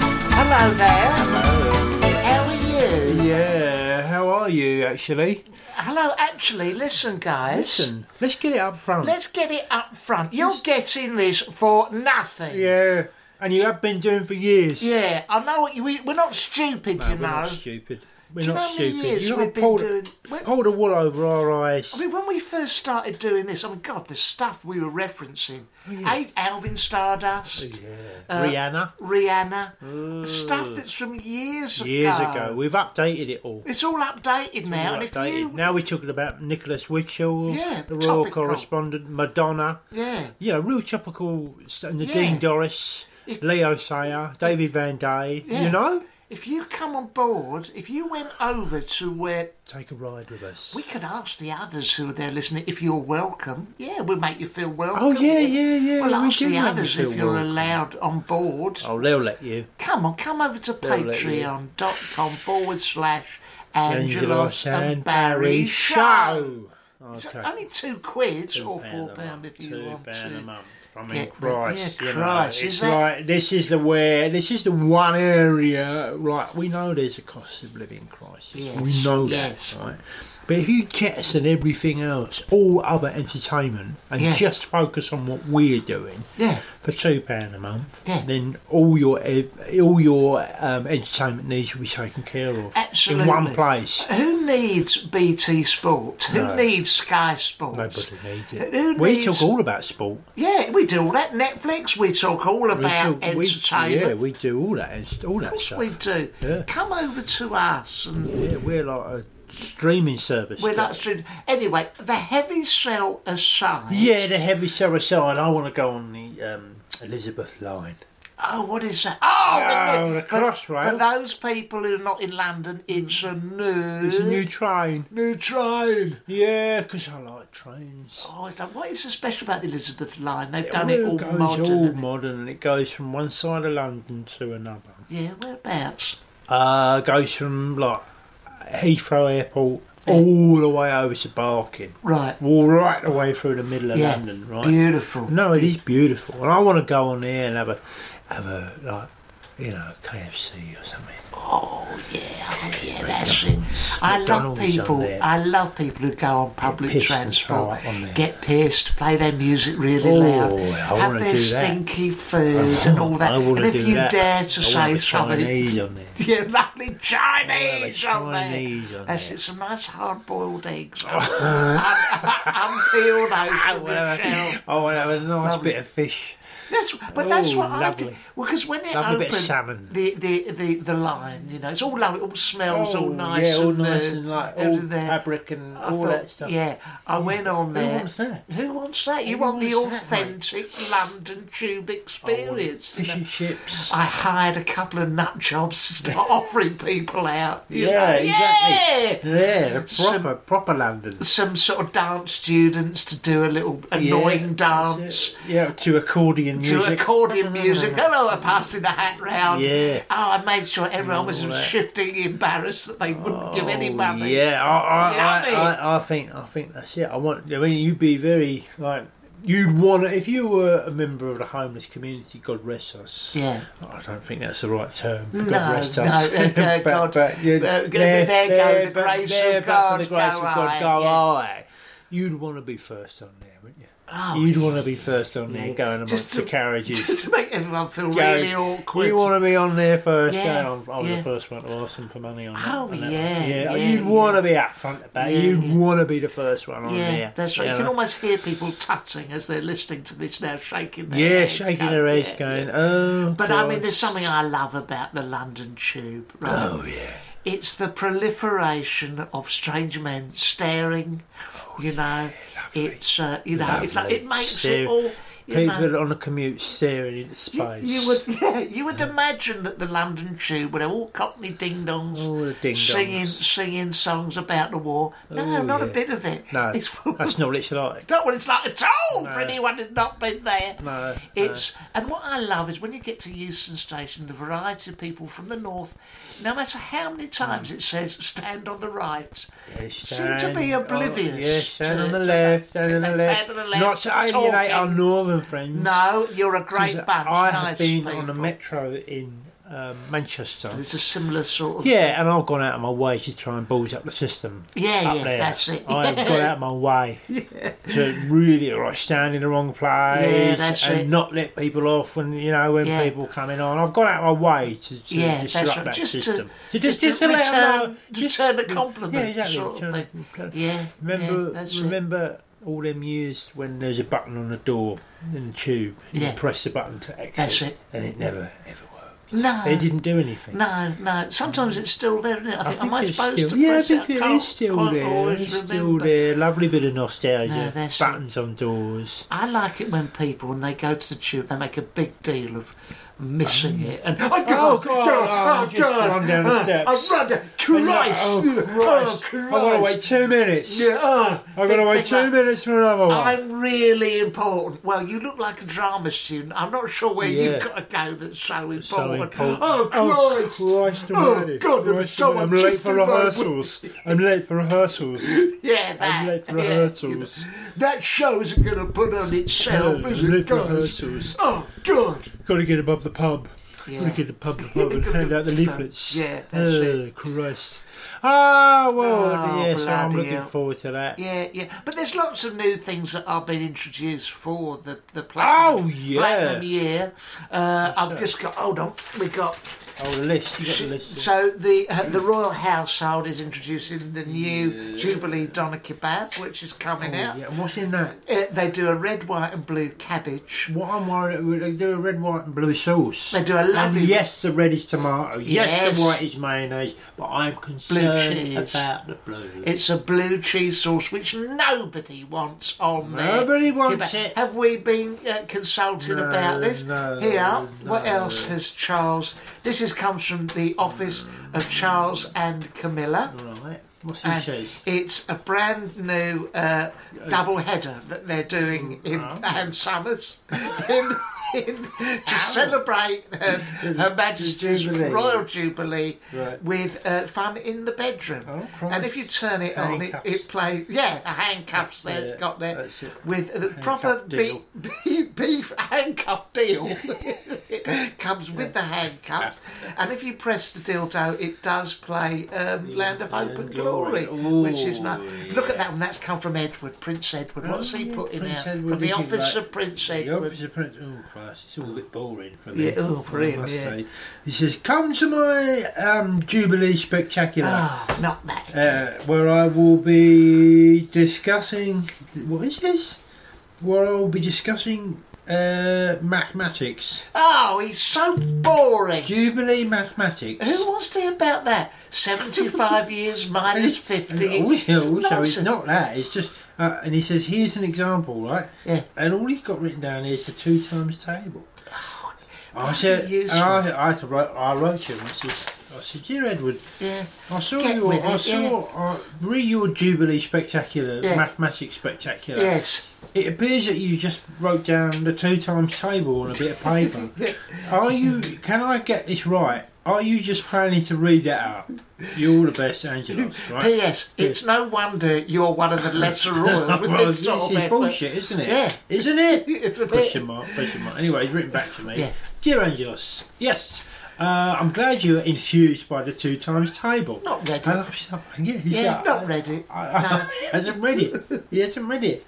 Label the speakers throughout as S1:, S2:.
S1: Hello there. How are you?
S2: Yeah, how are you actually?
S1: Hello, actually, listen, guys.
S2: Listen, let's get it up front.
S1: Let's get it up front. You're getting this for nothing.
S2: yeah, and you have been doing for years.
S1: Yeah, I know what you, we, we're not stupid,
S2: No,
S1: you
S2: we're
S1: know.
S2: not stupid. We're
S1: Do you know
S2: not
S1: how many
S2: stupid.
S1: years
S2: You're
S1: we've
S2: not
S1: been
S2: pulled,
S1: doing? When,
S2: pull the wool over our eyes.
S1: I mean, when we first started doing this, I mean, God, the stuff we were referencing.
S2: Oh,
S1: Hey, Alvin Stardust, uh,
S2: Rihanna,
S1: Rihanna, stuff that's from years ago.
S2: Mm. years ago. We've updated it all.
S1: It's all updated now, and
S2: We've
S1: if
S2: updated.
S1: you,
S2: Now we're talking about Nicholas Wigshall,
S1: Yeah,
S2: the royal
S1: topical.
S2: correspondent, Madonna.
S1: yeah.
S2: You know, real topical. st- Nadine
S1: Yeah.
S2: Doris,
S1: If-
S2: Leo Sayer, David Van Day.
S1: Yeah.
S2: You know,
S1: If you come on board, if you went over to where
S2: take a ride with us.
S1: we could ask the others who are there listening if you're welcome. Yeah, we'll make you feel welcome.
S2: Oh yeah, yeah, yeah.
S1: We'll
S2: we
S1: ask
S2: do
S1: the
S2: make you
S1: others
S2: feel
S1: if you're
S2: welcome.
S1: allowed on board.
S2: Oh, they'll let you.
S1: Come on, come over to
S2: let you.
S1: patreon.com forward slash Angelos and
S2: and Oh,
S1: Barry Show. It's
S2: Okay.
S1: only two quid or
S2: Pound
S1: four
S2: a
S1: pound
S2: month,
S1: if you
S2: two
S1: want
S2: pound
S1: to.
S2: a month. I mean,
S1: get the-
S2: Christ,
S1: yeah,
S2: you know,
S1: Christ, is
S2: it's
S1: that-
S2: like this is the where this is the one area, right? We know there's a cost of living crisis.
S1: Yes,
S2: We know
S1: yes.
S2: that, right? But if you jettison everything else, all other entertainment, and
S1: Yeah.
S2: just focus on what we're doing,
S1: Yeah,
S2: for two pound a month,
S1: Yeah.
S2: then all your ev- all your um, entertainment needs will be taken care of
S1: Absolutely.
S2: in one place.
S1: who needs BT Sport? Who
S2: No.
S1: needs Sky Sports?
S2: Nobody needs it.
S1: Who
S2: we
S1: needs-
S2: talk all about sport.
S1: Yeah, we do all that. Netflix, we talk all
S2: We
S1: about
S2: talk- we- yeah,
S1: entertainment.
S2: we do all that. and st- All that
S1: Of course we
S2: stuff.
S1: do.
S2: Yeah.
S1: Come over to us and
S2: Yeah, we're like a streaming service.
S1: we're
S2: that-
S1: not stream- Anyway, the heavy cell aside.
S2: yeah, the heavy shower side. I want to go on the um, Elizabeth line.
S1: Oh, what is that? Oh,
S2: Oh,
S1: new-
S2: the
S1: for-
S2: Crossrail.
S1: For those people who are not in London, it's a new,
S2: It's a new train.
S1: new train.
S2: Yeah, 'cause I like trains.
S1: Oh, it's like, what is so special about the Elizabeth line? They've
S2: It
S1: done it
S2: all
S1: all
S2: goes
S1: modern.
S2: all
S1: and-
S2: modern, and it goes from one side of London to another.
S1: yeah, whereabouts?
S2: Uh, goes from like Heathrow Airport all the way over to Barking.
S1: Right.
S2: All right the way through the middle of
S1: yeah.
S2: London, right?
S1: Beautiful.
S2: No, it is beautiful, and I want to go on there and have a have a like you know KFC or something.
S1: Oh yeah, oh yeah, that's it. I love
S2: McDonald's on
S1: people.
S2: there.
S1: I love people who go on public
S2: pissed and
S1: transport,
S2: throw up on there.
S1: get pissed, play their music really
S2: Oh,
S1: loud,
S2: I
S1: have
S2: wanna
S1: their
S2: do that.
S1: stinky food and all that.
S2: I want
S1: and
S2: to
S1: if
S2: do
S1: you
S2: that.
S1: dare
S2: I
S1: to
S2: wanna
S1: say
S2: have
S1: something,
S2: Chinese on there.
S1: yeah, lovely Chinese
S2: I'll have a
S1: on there.
S2: Chinese on
S1: That's
S2: there.
S1: it's some nice hard-boiled eggs, un- unpeeled
S2: I
S1: over
S2: want
S1: the
S2: to
S1: shell.
S2: have, I wanna have a nice bit of fish.
S1: That's but that's
S2: Oh,
S1: what I do.
S2: lovely.
S1: Well, because when it
S2: Lovely
S1: opened
S2: bit of salmon.
S1: the the the the line, you know, it's all lovely, it all smells, all
S2: Oh,
S1: nice,
S2: yeah, all
S1: and,
S2: nice
S1: uh,
S2: and like all
S1: everything there.
S2: fabric and
S1: I
S2: all
S1: thought,
S2: that stuff.
S1: Yeah, I went on there.
S2: wants that?
S1: Who wants that? You
S2: Who
S1: want the
S2: wants that, mate?
S1: authentic London tube experience? you
S2: Fish
S1: know?
S2: and chips.
S1: I hired a couple of nut jobs to start offering people out. you
S2: Yeah,
S1: know?
S2: exactly.
S1: Yeah.
S2: Yeah, the
S1: Some-
S2: proper proper London.
S1: Some sort of dance students to do a little
S2: Yeah,
S1: annoying
S2: that's
S1: dance.
S2: it. Yeah, to accordion
S1: to
S2: music.
S1: accordion music. Hello, I'm passing the hat round.
S2: Yeah.
S1: Oh, I made sure everyone was
S2: All that.
S1: shifting embarrassed that they wouldn't give any
S2: Oh,
S1: money.
S2: Yeah, I,
S1: Love
S2: I, I, I, I think I think that's it. I want. I mean, you'd be very like you'd want to, if you were a member of the homeless community. God rest us.
S1: Yeah.
S2: I don't think that's the right term. God
S1: No,
S2: rest
S1: no,
S2: us.
S1: uh, uh, God,
S2: you-
S1: uh, there- there go the
S2: but-
S1: grace
S2: there,
S1: of
S2: but for
S1: God,
S2: the grace
S1: go
S2: of God,
S1: I,
S2: go
S1: yeah.
S2: I. You'd want to be first on there, wouldn't you?
S1: Oh,
S2: you'd want to be first on there, going amongst
S1: Just
S2: the
S1: to-
S2: carriages.
S1: Just to make everyone feel
S2: Garage.
S1: really awkward.
S2: You want to be on there first?
S1: Yeah,
S2: Yeah, I'm, I was
S1: yeah.
S2: the first one to ask them for money on that.
S1: Oh,
S2: on that one.
S1: yeah, yeah,
S2: you'd
S1: yeah.
S2: want to be up front about.
S1: Yeah,
S2: you'd
S1: yeah.
S2: want to be the first one on
S1: yeah,
S2: there.
S1: that's right. You
S2: know?
S1: can almost hear people tutting as they're listening to this now, shaking their
S2: yeah,
S1: heads,
S2: shaking
S1: going,
S2: their heads,
S1: yeah,
S2: going,
S1: yeah.
S2: "Oh."
S1: But I
S2: God.
S1: mean, there's something I love about the London Tube. Right?
S2: Oh yeah.
S1: It's the proliferation of strange men staring, you know. it's uh, you know, it's like, it
S2: Oh, Lovely.
S1: makes it
S2: Stare-
S1: all. You
S2: People
S1: know,
S2: on the commute staring into
S1: you,
S2: space.
S1: you would yeah, you would imagine that the London Tube would have all Cockney ding dongs
S2: All the ding-dongs.
S1: singing singing songs about the war. No,
S2: Oh,
S1: not a
S2: yeah.
S1: bit of it.
S2: No,
S1: it's full
S2: that's
S1: of
S2: not what it's like.
S1: not what it's like at all for anyone who's not been there.
S2: No, no.
S1: It's and what I love is when you get to Euston Station, the variety of people from the north, no matter how many times
S2: Hmm.
S1: it says stand on the right,
S2: They
S1: seem to be
S2: stand on-
S1: oblivious.
S2: Yeah, stand
S1: to-
S2: Oh, on the
S1: to
S2: left,
S1: that.
S2: stand on the left.
S1: Stand on the left,
S2: Not to alienate our
S1: talking.
S2: northern friends.
S1: No, you're a
S2: 'Cause
S1: great bunch.
S2: I
S1: nice
S2: have been
S1: people.
S2: on the metro in um, Manchester.
S1: It's a similar sort of.
S2: Yeah, and I've gone out of my way to try and balls up the system.
S1: Yeah,
S2: up
S1: yeah,
S2: there.
S1: that's it.
S2: I've gone out of my way to really like, stand in the wrong place
S1: Yeah, that's
S2: and
S1: it.
S2: not let people off when you know when
S1: Yeah.
S2: people coming on. I've gone out of my way to, to
S1: Yeah, that's
S2: disrupt
S1: right.
S2: that
S1: Just to-
S2: system.
S1: just to
S2: let 'em
S1: return-
S2: know-
S1: return a compliment
S2: Yeah, exactly.
S1: sort of
S2: return a compliment.
S1: Yeah.
S2: Remember,
S1: yeah, that's it.
S2: remember all them years when there's a button on the door in the tube. You
S1: Yeah.
S2: press the button to exit,
S1: That's it.
S2: and it never ever worked.
S1: No.
S2: They didn't do anything.
S1: No, no. Sometimes it's still there, isn't it? I think, am I
S2: it's
S1: supposed
S2: still,
S1: to
S2: Yeah, I
S1: press it?
S2: think it
S1: can't
S2: is still
S1: quite
S2: there.
S1: always
S2: It's still
S1: remember.
S2: there. Lovely bit of nostalgia.
S1: No, that's right.
S2: Buttons on doors.
S1: I like it when people, when they go to the tube, they make a big deal of missing it. And, oh, God,
S2: Oh,
S1: oh,
S2: God,
S1: God,
S2: oh,
S1: oh,
S2: just
S1: God.
S2: run down the
S1: oh,
S2: steps.
S1: I run down. Christ.
S2: Oh,
S1: Oh,
S2: Christ. I've got to wait two minutes.
S1: Yeah, oh,
S2: I've got to
S1: big
S2: wait
S1: thing
S2: two
S1: like,
S2: minutes for another one.
S1: I'm really important. Well, you look like a drama student. I'm not sure where
S2: Yeah.
S1: you've got to go that's so important.
S2: so important.
S1: Oh, Christ.
S2: Oh, Christ
S1: Oh,
S2: almighty.
S1: God, there was
S2: Christ
S1: someone
S2: almighty. I'm late
S1: just
S2: for
S1: in my way.
S2: rehearsals. I'm late for rehearsals.
S1: Yeah,
S2: I'm
S1: that.
S2: late for
S1: yeah, you know.
S2: rehearsals.
S1: That show isn't going to put on itself,
S2: No,
S1: is
S2: no
S1: it, guys?
S2: rehearsals.
S1: Oh, God.
S2: Got to get above the pub. Got
S1: Yeah.
S2: to get above the pub and
S1: Gotta
S2: hand
S1: get
S2: out the
S1: above the pub.
S2: leaflets.
S1: Yeah, that's
S2: oh,
S1: it.
S2: Christ. Ah, well,
S1: Oh,
S2: yes, I'm
S1: bloody
S2: looking
S1: hell.
S2: forward to that.
S1: Yeah, yeah. But there's lots of new things that are being introduced for the, the
S2: Oh,
S1: platinum,
S2: yeah.
S1: platinum year. Uh, I've just got, hold on, we got
S2: Oh, the list. You got the list.
S1: So the uh, the royal household is introducing the new Jubilee doner kebab, which is coming
S2: Oh,
S1: out.
S2: yeah, and what's in that?
S1: Uh, they do a red, white, and blue cabbage.
S2: What I'm worried about, they do a red, white, and blue sauce.
S1: They do a
S2: And
S1: lovely.
S2: yes, the red is tomato. Yes,
S1: Yes.
S2: the white is mayonnaise. But I'm concerned
S1: cheese.
S2: about the blue.
S1: It's a blue cheese sauce which nobody wants on there.
S2: Nobody wants it.
S1: Have we been uh, consulted
S2: No,
S1: about this?
S2: no,
S1: Here, what
S2: no.
S1: else has Charles? This is comes from the office of Charles and Camilla.
S2: Right. What's he
S1: And
S2: says?
S1: it's a brand new uh,
S2: Oh.
S1: double header that they're doing
S2: Mm,
S1: in Anne Summers in, in, to celebrate uh, Her Majesty's
S2: Jubilee.
S1: Royal Jubilee
S2: Right.
S1: with uh, fun in the bedroom.
S2: Oh, Christ.
S1: and if you turn it on, it,
S2: Handcuffs.
S1: it plays. Yeah, the handcuffs there,
S2: it,
S1: it's got there
S2: that's it.
S1: with the proper
S2: deal.
S1: be- be- beef handcuff deal. Comes with the handcuffs, and if you press the dildo, it does play um, Land of
S2: Mm, Land
S1: Open
S2: of
S1: Glory,
S2: Glory.
S1: which is nice.
S2: Ooh,
S1: Look at that one. That's come from Edward, Prince Edward. What's he
S2: Oh, yeah,
S1: put in
S2: Prince
S1: there?
S2: Edward,
S1: From the
S2: isn't
S1: office
S2: that-
S1: of Prince
S2: The
S1: Edward.
S2: officer prints. Oh Christ, it's all a bit boring for me.
S1: Yeah, oh, for
S2: I
S1: him,
S2: must
S1: yeah.
S2: say. He says, "Come to my um, Jubilee Spectacular."
S1: Ah, not that.
S2: uh, where I will be discussing what is this? Where I will be discussing uh, mathematics,
S1: oh, he's so boring.
S2: Jubilee mathematics.
S1: Who wants to hear about that? 75 years
S2: And
S1: minus
S2: it's-
S1: 50.
S2: and Also, also it's
S1: Nonsense.
S2: not that. It's just, uh, and he says, "Here's an example, right?"
S1: Yeah.
S2: And all he's got written down is the two times table. I said,
S1: Oh, bloody
S2: and I, I, had to write, I wrote to him. I said, I said, dear Edward,
S1: Yeah.
S2: I saw
S1: Get
S2: your,
S1: with
S2: I
S1: it,
S2: saw, I read your Jubilee Spectacular,
S1: Yeah.
S2: Mathematics Spectacular.
S1: Yes.
S2: It appears that you just wrote down the two times table on a bit of paper. Are you? Can I get this right? Are you just planning to read that out? You're the best, Angelos, right?
S1: P.S. It's no wonder you're one of the lesser royals with
S2: Well,
S1: this
S2: this
S1: sort of
S2: is
S1: effort.
S2: bullshit, isn't it?
S1: Yeah.
S2: isn't it?
S1: It's a bit.
S2: Question mark, question mark. Anyway, he's written back to me.
S1: Yeah.
S2: Dear Angelos, yes, uh, I'm glad you are enthused by the two times table.
S1: Not ready.
S2: And I was like, yeah, he's
S1: Yeah,
S2: like,
S1: not ready.
S2: I, I hasn't read it. He hasn't read it.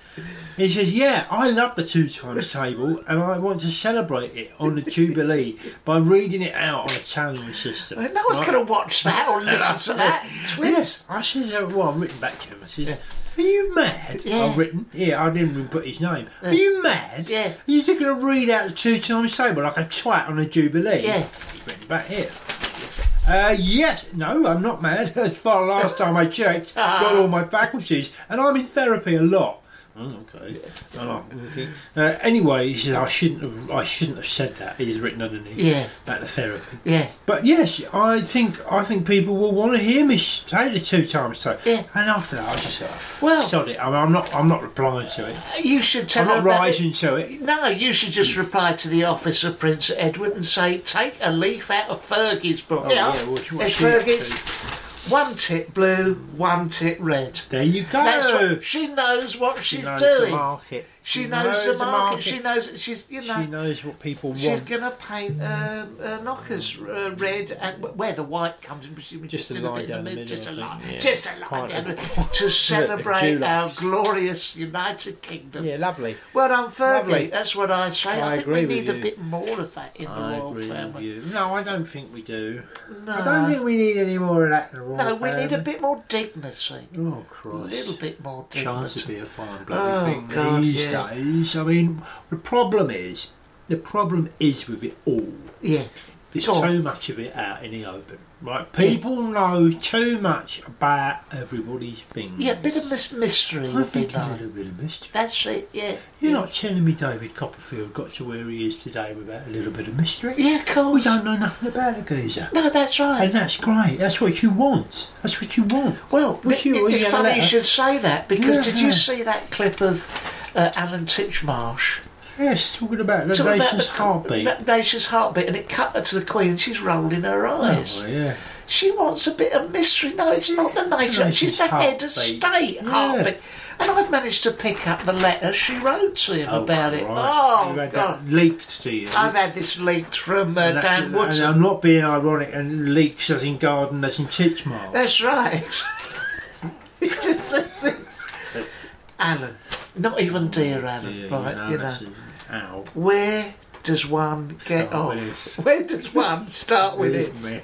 S2: He says, "Yeah, I love the two times table, and I want to celebrate it on the Jubilee by reading it out on a channeling system."
S1: No, no one's
S2: Right?
S1: going to watch that or listen to that. Twins.
S2: Yes, I said, uh, "Well, I've written back to him." I said, "Are you mad?"
S1: Yeah.
S2: I've written. Yeah, I didn't even put his name. Are you mad?
S1: Yeah.
S2: Are you just going to read out the two times table like a twat on a Jubilee?
S1: Yeah.
S2: He's written back here. Uh, yes, no, I'm not mad. As far as last time I checked, got all my faculties, and I'm in therapy a lot. Oh, okay. I like it. Uh, anyway, he said I shouldn't have. I shouldn't have said that. He's written underneath.
S1: Yeah.
S2: About the therapy.
S1: Yeah.
S2: But yes, I think I think people will want to hear me say the two times. So,
S1: Yeah.
S2: and after that, I just thought,
S1: Well-
S2: sod it. I mean, I'm not. I'm not replying to it.
S1: You should tell
S2: I'm not
S1: her about
S2: rising to it.
S1: it. No, you should just reply to the office of Prince Edward and say, take a leaf out of Fergie's book.
S2: Oh, yeah, well, she- what
S1: There's
S2: she up
S1: Fergie's. One tit blue, one tit red.
S2: There you go.
S1: That's what, she knows what she's
S2: Knows the
S1: doing.
S2: market.
S1: She, knows, the market. She knows. She's you know.
S2: She knows what people want.
S1: She's going to paint um, uh, knockers uh, red, and where the white comes in, presumably
S2: Just
S1: just,
S2: a
S1: in a
S2: line
S1: bit
S2: down
S1: in
S2: the
S1: the middle,
S2: middle,
S1: just a
S2: I
S1: line,
S2: think, yeah.
S1: just a line
S2: Quite
S1: down
S2: a-
S1: the to celebrate
S2: dewlaps.
S1: our glorious United Kingdom.
S2: yeah, lovely.
S1: Well done, Fergie.
S2: Lovely.
S1: That's what I say. I,
S2: I
S1: think we
S2: agree with
S1: need a
S2: you.
S1: bit more of that in the
S2: I
S1: royal
S2: agree with
S1: family.
S2: you. No, I don't think we do. I don't
S1: No,
S2: think we need any more of that in the royal
S1: no, we need a
S2: family.
S1: bit more dignity.
S2: Oh
S1: A
S2: Christ!
S1: little bit more
S2: chance to
S1: dignity.
S2: be a fine
S1: Oh,
S2: bloody thing
S1: God,
S2: these
S1: yeah.
S2: days. I mean, the problem is, the problem is with it all.
S1: Yeah,
S2: There's
S1: Go on.
S2: too much of it out in the open, right? People know too much about everybody's things.
S1: yeah, a bit of mis- mystery
S2: I
S1: would be
S2: think a
S1: nice.
S2: little bit of mystery.
S1: That's it. Yeah,
S2: You're not telling me David Copperfield got to where he is today without a little bit of mystery.
S1: yeah, of
S2: We
S1: course.
S2: don't know nothing about the geezer.
S1: No, that's right.
S2: And that's great. That's what you want. That's what you want.
S1: Well,
S2: Would
S1: th-
S2: you- would
S1: it's
S2: you
S1: funny
S2: let
S1: you
S2: her-
S1: should say that because
S2: Yeah,
S1: did you
S2: yeah.
S1: see that clip of uh, Alan Titchmarsh
S2: Yes, talking about the
S1: Talking about
S2: nation's
S1: the-
S2: heartbeat.
S1: na- nation's heartbeat, and it cut her to the Queen, and she's rolling her eyes.
S2: Oh, yeah.
S1: She wants a bit of mystery. No, it's not the nation.
S2: nation's
S1: She's the head of
S2: heartbeat.
S1: state
S2: Yeah.
S1: heartbeat. And I've managed to pick up the letter she wrote to him about it.
S2: Christ.
S1: Oh
S2: You Oh, had
S1: God!
S2: that leaked to you.
S1: I've had this leaked from uh,
S2: And that's-
S1: Dan Woodson.
S2: And I'm not being ironic. And leaks as in garden, as in titchmarsh.
S1: That's right. He just says things. Alan, not even dear Alan, right? you know,
S2: Ow.
S1: where does one get
S2: Start
S1: off?
S2: with this.
S1: Where does one start with it?
S2: Believe me.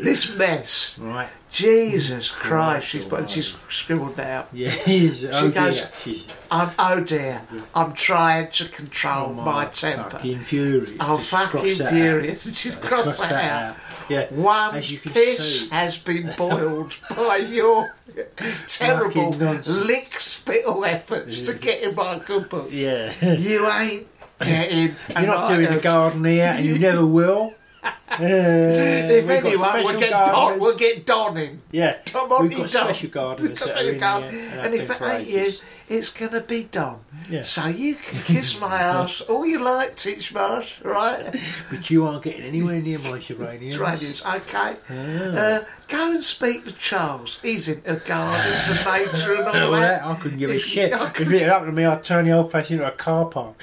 S1: This mess,
S2: Right.
S1: Jesus Christ! She's
S2: Almighty.
S1: put, she's scribbled that out.
S2: Yeah. She oh,
S1: goes-
S2: dear. She's
S1: I'm, oh dear, I'm trying to control
S2: oh,
S1: my,
S2: my
S1: temper.
S2: Fucking furious.
S1: I'm
S2: Just cross
S1: fucking
S2: that out.
S1: furious, and she's
S2: Just
S1: crossed that, out.
S2: Yeah.
S1: One
S2: As you can
S1: piss
S2: see.
S1: has been boiled by your terrible
S2: Fucking nonsense.
S1: lick spittle efforts to get in my good books.
S2: Yeah.
S1: You ain't getting.
S2: You're not doing the garden here, and you never will. Uh,
S1: If
S2: if
S1: anyone will get Don, will get Don in.
S2: Yeah,
S1: Come on,
S2: we've
S1: you
S2: got
S1: Don.
S2: special gardeners
S1: Come
S2: that
S1: on,
S2: are
S1: you
S2: in
S1: Don.
S2: here,
S1: And
S2: and I've
S1: if
S2: been
S1: it
S2: for
S1: ain't you,
S2: ages.
S1: it's going to be Don.
S2: Yeah.
S1: So you can kiss my ass all you like, Titchmarsh, right?
S2: But you aren't getting anywhere near my geraniums.
S1: Geraniums, okay. Uh, go and speak to Charles. He's into gardens and nature and all
S2: Well, that,
S1: that.
S2: I couldn't give a
S1: If-
S2: shit.
S1: I
S2: If it happened to me, I'd turn the whole place into a car park.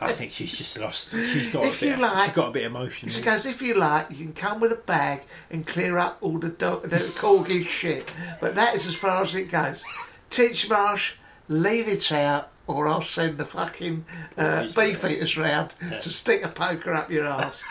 S2: I think she's just lost. She's got
S1: If
S2: a bit.
S1: you like-
S2: she's got a bit emotional.
S1: She goes, if you like, you can come with a bag and clear up all the, dog, the corgi shit. But that is as far as it goes. Titchmarsh, leave it out, or I'll send the fucking uh,
S2: Corgis
S1: beef eaters round to stick a poker up your ass.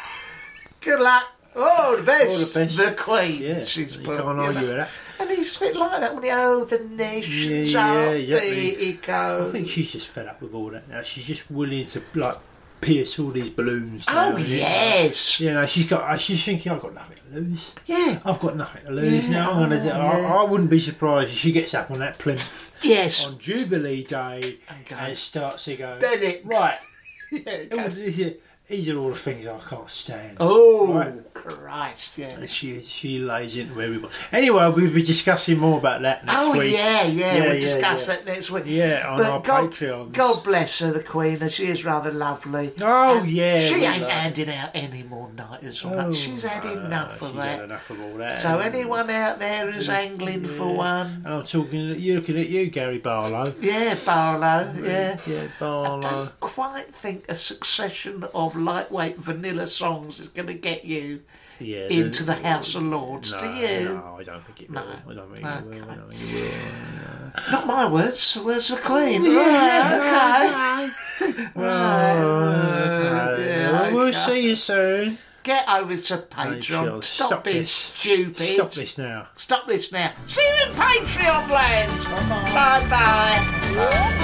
S1: Good luck. Oh, the best.
S2: All the best.
S1: Queen.
S2: yeah,
S1: She's
S2: you
S1: put,
S2: can't
S1: you
S2: argue
S1: know.
S2: with that.
S1: And he's a bit like that when he, oh, the nation's yeah,
S2: Yeah, yeah, yeah,
S1: he
S2: I think
S1: goes.
S2: she's just fed up with all that now. She's just willing to like pierce all these balloons.
S1: Oh,
S2: down, isn't it?
S1: yes.
S2: You know, she's got. She's thinking, I've got nothing to lose.
S1: Yeah.
S2: I've got nothing to lose
S1: Yeah,
S2: now. I'm gonna do,
S1: yeah.
S2: I, I wouldn't be surprised if she gets up on that plinth
S1: Yes.
S2: on Jubilee Day and,
S1: goes,
S2: starts to go.
S1: "Bennett."
S2: Right.
S1: Yeah,
S2: all these- These are all the things I can't stand.
S1: Oh,
S2: Right.
S1: Christ, yeah.
S2: And She she lays into everybody. Anyway, we'll be discussing more about that next
S1: Oh
S2: week.
S1: yeah, yeah,
S2: Yeah,
S1: We'll
S2: yeah,
S1: discuss
S2: yeah.
S1: that next week.
S2: Yeah, on
S1: but
S2: our
S1: God,
S2: Patreon.
S1: God bless her, the Queen. and She is rather lovely.
S2: Oh
S1: And
S2: yeah.
S1: she
S2: we
S1: ain't
S2: like-
S1: handing out any more nighters. or
S2: Oh,
S1: nothing. she's had
S2: no,
S1: enough of
S2: she's had
S1: that.
S2: enough of all that.
S1: So anyone out there who's angling for one,
S2: And I'm talking. At you, looking at you, Gary Barlow.
S1: yeah, Barlow, yeah.
S2: Yeah, Barlow.
S1: Don't quite think a succession of lightweight vanilla songs is going to get you
S2: Yeah.
S1: into the House of Lords,
S2: no,
S1: do you?
S2: No, I don't think it will.
S1: No.
S2: I don't think it will. I don't think it will.
S1: Not my words, the words of the Queen.
S2: Yeah,
S1: okay. right.
S2: Okay.
S1: yeah,
S2: Well, we'll
S1: okay.
S2: see you soon.
S1: Get over to Patreon.
S2: Patreon.
S1: Stop,
S2: Stop
S1: being
S2: this.
S1: stupid.
S2: Stop this now.
S1: Stop this now. See you in Patreon land. Bye bye. Bye bye.